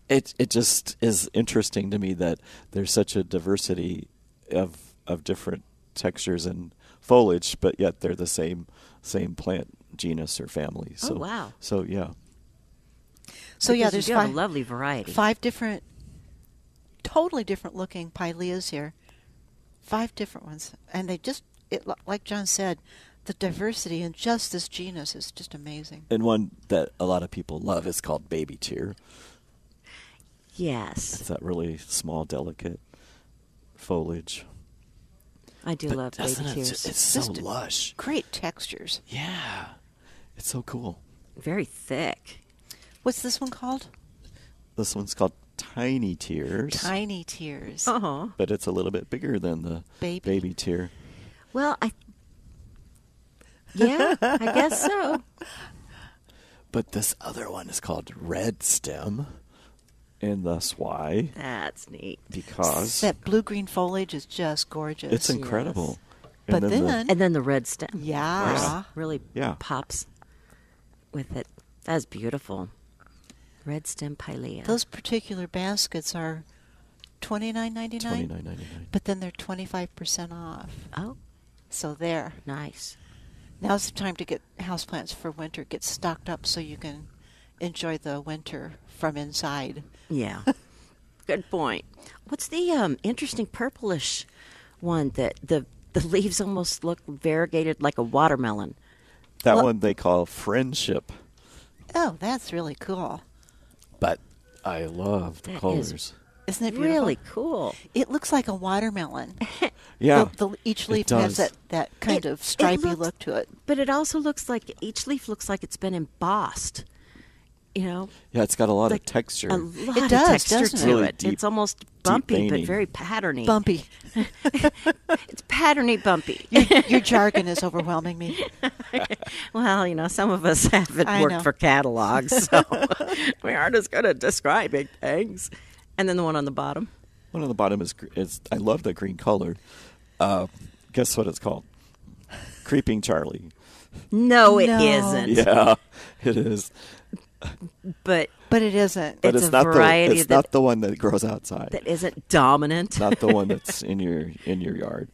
S4: it it just is interesting to me that there's such a diversity of of different textures and foliage, but yet they're the same same plant genus or family. So,
S2: Oh, wow.
S4: So yeah,
S3: So Oh, yeah,
S2: Because
S3: there's
S2: you do have
S3: five,
S2: a lovely variety.
S3: five different, totally different looking pileas here. Five different ones, and they just it lo- like John said, the diversity in just this genus is just amazing.
S4: and one that a lot of people love is called baby tear.
S2: Yes,
S4: It's that really small, delicate foliage.
S2: I do
S4: But
S2: love baby
S4: doesn't it ju-
S2: tears.
S4: It's so
S3: Just-
S4: lush.
S3: Great textures.
S4: Yeah, it's so cool.
S2: Very thick.
S3: What's this one called?
S4: This one's called tiny tears.
S3: Tiny tears.
S2: Oh,
S4: but it's a little bit bigger than the
S3: Baby.
S4: tear.
S2: well, I. Yeah, I guess
S3: [laughs]
S2: so.
S4: But this other one is called red stem, and thus why?
S2: That's neat.
S4: Because
S3: That blue green foliage is just gorgeous.
S4: it's incredible.
S3: But
S4: And the-
S3: then-
S2: And then the red stem.
S3: Yeah.
S2: Really
S4: Yeah.
S2: pops with it. That's beautiful. Red stem pilea.
S3: Those particular baskets are twenty nine ninety nine,
S4: 29.99.
S3: but then they're twenty five percent off.
S2: oh,
S3: So there.
S2: nice.
S3: Now's the time to get houseplants for winter. Get stocked up so you can enjoy the winter from inside.
S2: Yeah. [laughs] Good point. What's the um, interesting purplish one that the the leaves almost look variegated like a watermelon?
S4: That
S2: Well-
S4: one they call friendship,
S3: Oh, that's really cool.
S4: but I love the
S2: That is
S4: colors.
S3: Isn't it beautiful?
S2: Really cool.
S3: It looks like a watermelon.
S4: Yeah.
S3: The- the- each
S4: It
S3: leaf has
S4: does.
S3: that, that kind
S2: It-
S3: of
S2: it
S3: stripy
S2: looks-
S3: look to it.
S2: But it also looks like each leaf looks like it's been embossed. You know,
S4: Yeah, it's got a lot
S2: like
S4: of texture.
S2: A lot of
S3: does,
S2: texture
S3: doesn't
S2: to
S3: it?
S4: Really
S2: it.
S4: deep-
S2: it's almost bumpy, but
S4: veiny.
S2: very patterny.
S3: Bumpy.
S2: It's patterny [laughs] bumpy.
S3: Your jargon is overwhelming me.
S2: well, you know, some of us haven't
S3: I
S2: worked
S3: know.
S2: for catalogs, so [laughs] we aren't as good at describing things. And then the one on the bottom.
S4: One on the bottom is gr- is I love the green color. Uh, guess what it's called? Creeping Charlie. [laughs]
S2: No, it
S3: No.
S2: not
S4: Yeah, it is.
S2: But
S3: But it isn't.
S4: But
S2: It's
S4: it's,
S2: a
S4: not the
S2: variety
S4: it's
S2: that-
S4: not the one that grows outside.
S2: that isn't dominant.
S4: not the one that's in your in your yard.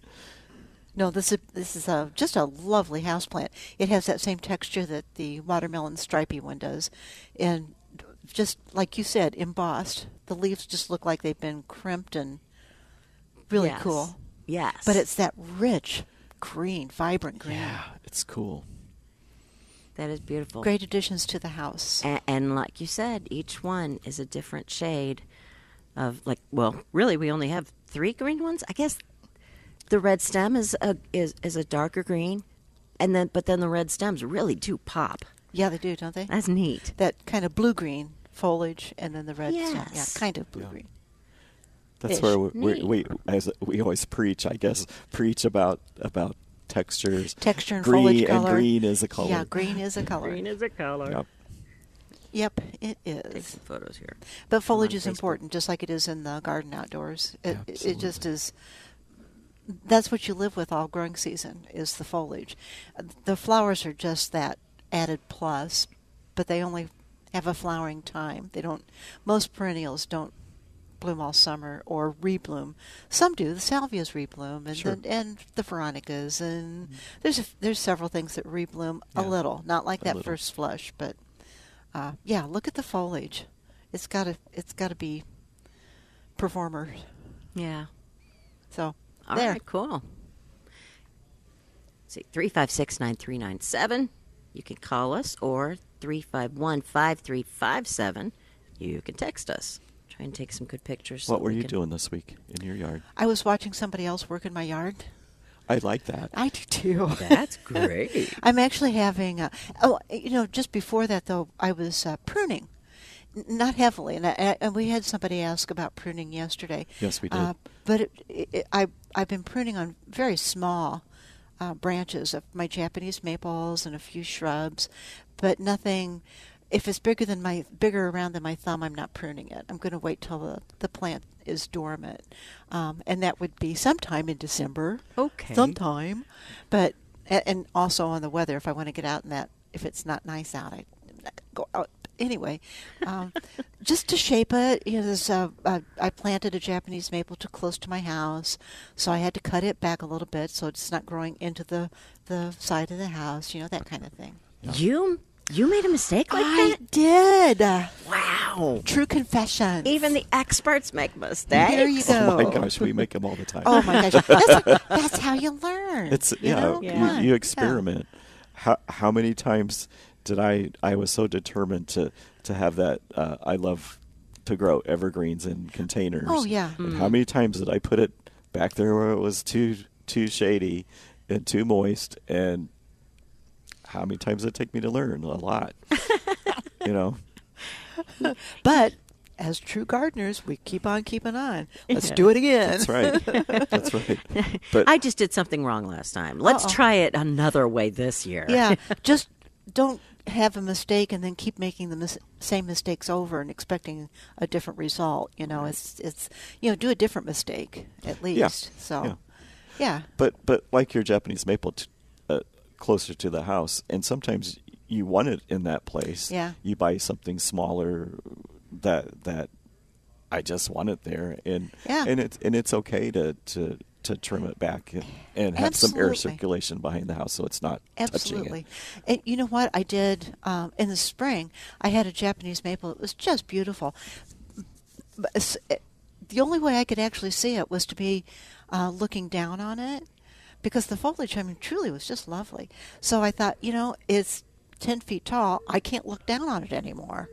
S3: No, this is this is a just a lovely houseplant. It has that same texture that the watermelon stripy one does, and just like you said, embossed. The leaves just look like they've been crimped and really
S2: Yes.
S3: cool.
S2: Yes.
S3: But it's that rich green, vibrant green.
S4: Yeah, it's cool.
S2: that is beautiful.
S3: Great additions to the house.
S2: And, and like you said, each one is a different shade of like. Well, really, we only have three green ones. I guess the red stem is a is is a darker green, and then but then the red stems really do pop.
S3: Yeah, they do, don't they?
S2: That's neat.
S3: That kind of blue green foliage, and then the red. stem. Yeah,
S2: Yes.
S3: kind of blue green.
S4: That's
S3: Ish.
S4: where we, we,
S2: Neat.
S4: we as we always preach, I guess, preach about about textures.
S3: Texture and
S4: green
S3: foliage
S4: and
S3: color.
S4: green is a color.
S3: Yeah, green
S4: [laughs]
S3: is a color.
S2: is a color.
S4: Yep.
S3: Yep, it
S2: Take
S3: is.
S2: some photos here.
S3: But foliage
S2: on
S3: is
S2: Facebook.
S3: important, just like it is in the garden outdoors. It, it- it just
S4: Absolutely.
S3: is. That's what you live with all growing season is the foliage. The flowers are just that added plus, but they only have a flowering time. They don't. Most perennials don't bloom all summer or rebloom. Some do. The salvias rebloom, and
S4: Sure. Mm-hmm.
S3: the, and the veronicas, and there's a, there's several things that rebloom a
S4: Yeah.
S3: little. Not like
S4: A
S3: that
S4: little.
S3: first flush, but uh, yeah, look at the foliage. It's got to it's got to be performers.
S2: Yeah.
S3: So
S2: All right.
S3: there,
S2: cool. See, 356 9397. You can call us or 351 5357. You can text us. Try and take some good pictures. so
S4: What were
S2: we
S4: you
S2: can-
S4: doing this week in your yard?
S3: I was watching somebody else work in my yard.
S4: I like that.
S3: I do too.
S2: [laughs] That's great.
S3: [laughs] I'm actually having a, oh, you know, just before that though, I was uh, pruning, N- not heavily, and, I, I- and we had somebody ask about pruning yesterday.
S4: Yes, we did.
S3: Uh, but it, it, I I've been pruning on very small uh, branches of my Japanese maples and a few shrubs, but nothing. If it's bigger than my bigger around than my thumb, I'm not pruning it. I'm going to wait till the, the plant is dormant, um, and that would be sometime in December.
S2: Okay.
S3: Sometime, but a- and also on the weather. If I want to get out in that, if it's not nice out, I I'm not gonna go out anyway. Um, [laughs] just to shape it, you know, this, uh, uh, I planted a Japanese maple too close to my house, so I had to cut it back a little bit so it's not growing into the the side of the house. You know that kind of thing.
S2: You you made a mistake like
S3: I did. Uh,
S2: that? Wow.
S3: true confession.
S2: Even the experts make mistakes.
S4: [laughs]
S3: there you go.
S4: Oh my gosh, we make them all the time.
S3: Oh my
S4: [laughs]
S3: gosh. That's, that's how you learn.
S4: It's
S3: you
S4: yeah,
S3: know?
S4: you,
S3: Come on.
S4: you
S3: Yeah.
S4: experiment. How how many times did I I was so determined to to have that uh, I love to grow evergreens in containers.
S3: Oh, yeah.
S4: And how many times did I put it back there where it was too too shady and too moist and how many times did it take me to learn?
S3: [laughs]
S4: A lot. you know.
S3: But as true gardeners, we keep on keeping on. Let's do it again. [laughs]
S4: That's right. That's right. But
S2: I just did something wrong last time. Let's try it another way this year.
S4: [laughs]
S3: Yeah, just don't have a mistake and then keep making the mis- same mistakes over and expecting a different result. You know, it's it's you know do a different mistake at least. So,
S4: yeah.
S3: yeah. yeah.
S4: but but like your Japanese maple, t- uh, closer to the house, and sometimes you want it in that place.
S3: Yeah.
S4: you buy something smaller that that I just want it there, and
S3: Yeah.
S4: and it's and it's okay to to to trim it back and, and have some air
S3: Absolutely.
S4: circulation behind the house, so it's not touching
S3: Absolutely.
S4: it.
S3: And you know what? I did um, in the spring, I had a Japanese maple. It was just beautiful. But it's- it- The only way I could actually see it was to be uh, looking down on it because the foliage, I mean, truly was just lovely. So I thought, you know, it's ten feet tall, I can't look down on it anymore.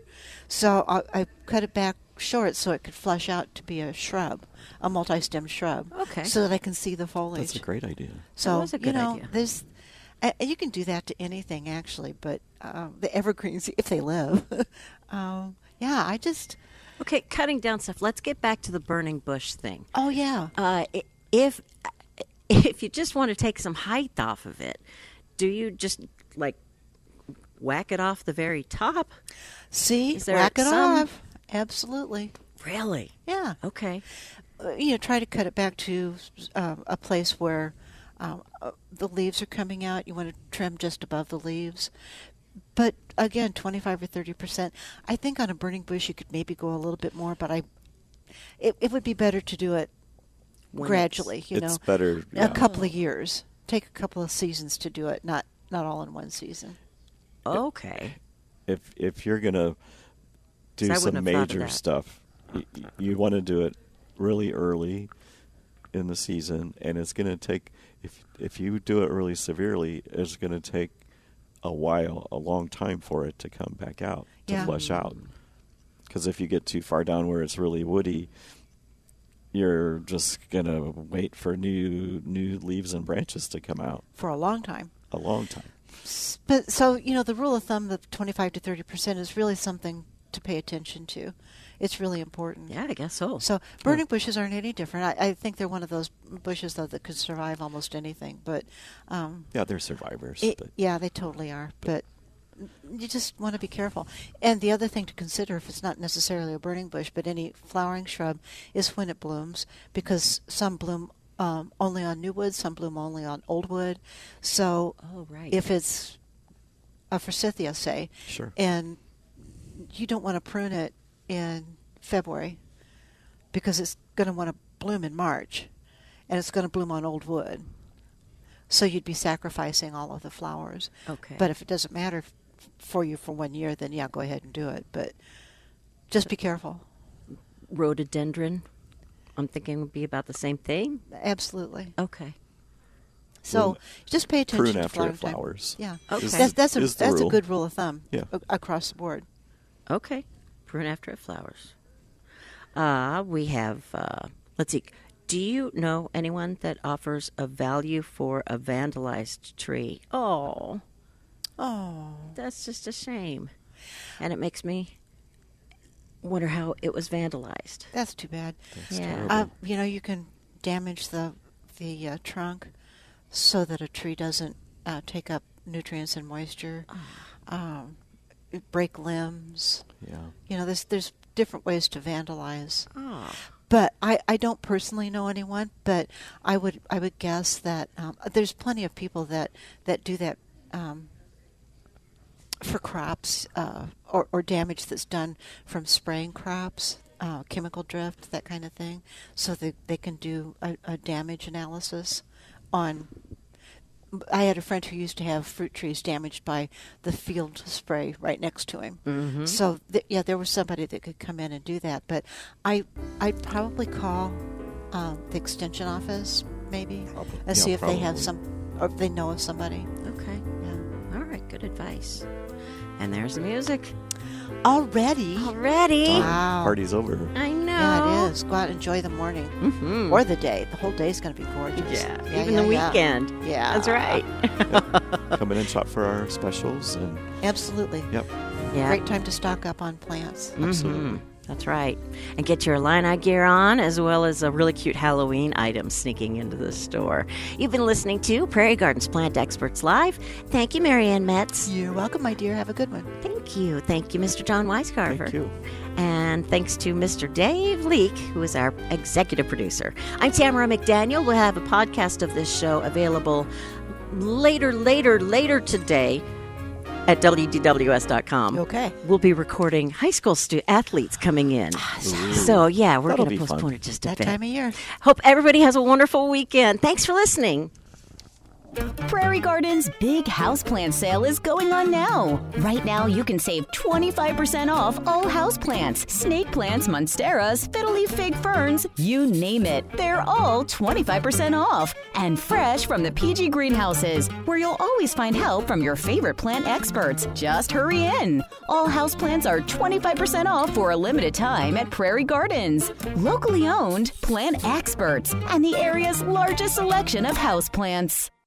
S3: So I, I cut it back short so it could flush out to be a shrub, a multi-stem shrub.
S2: Okay.
S3: So that I can see the foliage.
S4: That's a great idea.
S3: So
S2: was a
S3: you
S2: good
S3: know,
S2: idea.
S3: there's uh, you can do that to anything actually, but um, the evergreens, [laughs] if they live, um, yeah, I just
S2: [laughs] Okay, cutting down stuff. Let's get back to the burning bush thing.
S3: oh yeah,
S2: Uh, i- if [laughs] if you just want to take some height off of it, do you just like whack it off the very top?
S3: see,
S2: is there
S3: whack it
S2: some-
S3: off, absolutely,
S2: Really?
S3: yeah.
S2: Okay.
S3: Uh, You know, try to cut it back to um, a place where um, uh, the leaves are coming out. You want to trim just above the leaves. But again, 25 or 30 percent. I think on a burning bush, you could maybe go a little bit more, but I, it, it would be better to do it
S2: When it's-
S3: gradually. you know,
S4: it's better, yeah.
S3: a couple of years. Take a couple of seasons to do it, not not all in one season.
S2: Okay.
S4: If if you're
S2: So
S4: gonna do
S2: I
S4: some
S2: wouldn't have thought of
S4: major
S2: that.
S4: stuff, you, you want to do it really early in the season, and it's gonna take if if you do it really severely, it's gonna take a while, a long time for it to come back out to
S3: Yeah.
S4: flush out. Because if you get too far down where it's really woody, you're just gonna wait for new new leaves and branches to come out
S3: for a long time.
S4: a long time.
S3: S- But so you know, the rule of thumb of twenty-five to thirty percent is really something to pay attention to. It's really important.
S2: Yeah, I guess so.
S3: So burning bushes aren't any different. I, I think they're one of those bushes though that could survive almost anything. But um,
S4: Yeah, they're survivors.
S3: It-
S4: but
S3: yeah, they totally are. But you just want to be careful. And the other thing to consider, if it's not necessarily a burning bush, but any flowering shrub, is when it blooms, because some bloom um, only on new wood, some bloom only on old wood. So
S2: Oh, right.
S3: if it's a forsythia, say,
S4: Sure.
S3: and you don't want to prune it in February because it's going to want to bloom in March and it's going to bloom on old wood. So you'd be sacrificing all of the flowers.
S2: Okay.
S3: But if it doesn't matter f- for you for one year, then yeah, go ahead and do it. But just be careful.
S2: Rhododendron, I'm thinking would be about the same thing.
S3: Absolutely.
S2: Okay.
S3: So just pay attention
S4: prune
S3: to
S4: after
S3: flowering
S4: it
S3: time.
S4: flowers.
S3: Yeah.
S2: Okay. Is-
S3: That's, that's, a,
S4: is the
S3: that's a
S4: rule.
S3: good rule of thumb
S4: Yeah.
S3: a- across the board.
S2: Okay. Prune after it flowers. Uh, we have, uh, let's see. Do you know anyone that offers a value for a vandalized tree? Oh,
S3: Oh.
S2: that's just a shame. And it makes me wonder how it was vandalized.
S3: That's too bad.
S2: yeah.
S3: Uh, you know, you can damage the the uh, trunk so that a tree doesn't uh, take up nutrients and moisture. Um, break limbs.
S4: Yeah.
S3: You know, there's there's different ways to vandalize.
S2: Oh.
S3: But I, I don't personally know anyone, but I would I would guess that um, there's plenty of people that that do that um, for crops uh, or, or damage that's done from spraying crops, uh, chemical drift, that kind of thing, so that they can do a, a damage analysis on. I had a friend who used to have fruit trees damaged by the field spray right next to him. Mm-hmm. So th- yeah, there was somebody that could come in and do that. But I, I'd probably call um, the extension office maybe
S4: Probably.
S3: and see
S4: Yeah,
S3: if they have
S4: probably.
S3: some, or if they know of somebody.
S2: Okay.
S3: Yeah.
S2: All right. Good advice. And there's the music.
S3: Already.
S2: Already.
S3: Wow.
S4: Party's over.
S2: I know.
S3: Yeah, it is. Go out and enjoy the morning or the day. The whole day's going to be gorgeous.
S2: Hmm. Yeah. Even the
S3: yeah.
S2: weekend.
S3: Yeah.
S2: That's right.
S4: Come in and shop for our specials and
S3: Absolutely.
S4: yep,
S2: Yeah. Mm-hmm.
S3: Great time to stock up on plants.
S4: absolutely.
S2: That's right. And get your Illini gear on, as well as a really cute Halloween item sneaking into the store. You've been listening to Prairie Gardens Plant Experts Live. Thank you, Marianne Metz.
S3: You're welcome, my dear. Have a good one.
S2: Thank you. Thank you, Mr. John Weisgarver.
S4: Thank you.
S2: And thanks to Mr. Dave Leake, who is our executive producer. I'm Tamara McDaniel. We'll have a podcast of this show available later, later, later today at WDWS.com.
S3: Okay.
S2: We'll be recording high school stu- athletes coming in. So, yeah, we're
S4: Ah,
S2: going to
S4: That'll be
S2: postpone
S4: fun.
S2: it just a
S3: That
S2: bit.
S3: time of year.
S2: Hope everybody has a wonderful weekend. Thanks for listening.
S1: Prairie Garden's big houseplant sale is going on now. Right now, you can save 25% off all houseplants, snake plants, monsteras, fiddly fig ferns, you name it. They're all 25% off and fresh from the PG greenhouses, where you'll always find help from your favorite plant experts. Just hurry in. All houseplants are 25% off for a limited time at Prairie Gardens. Locally owned, plant experts, and the area's largest selection of houseplants.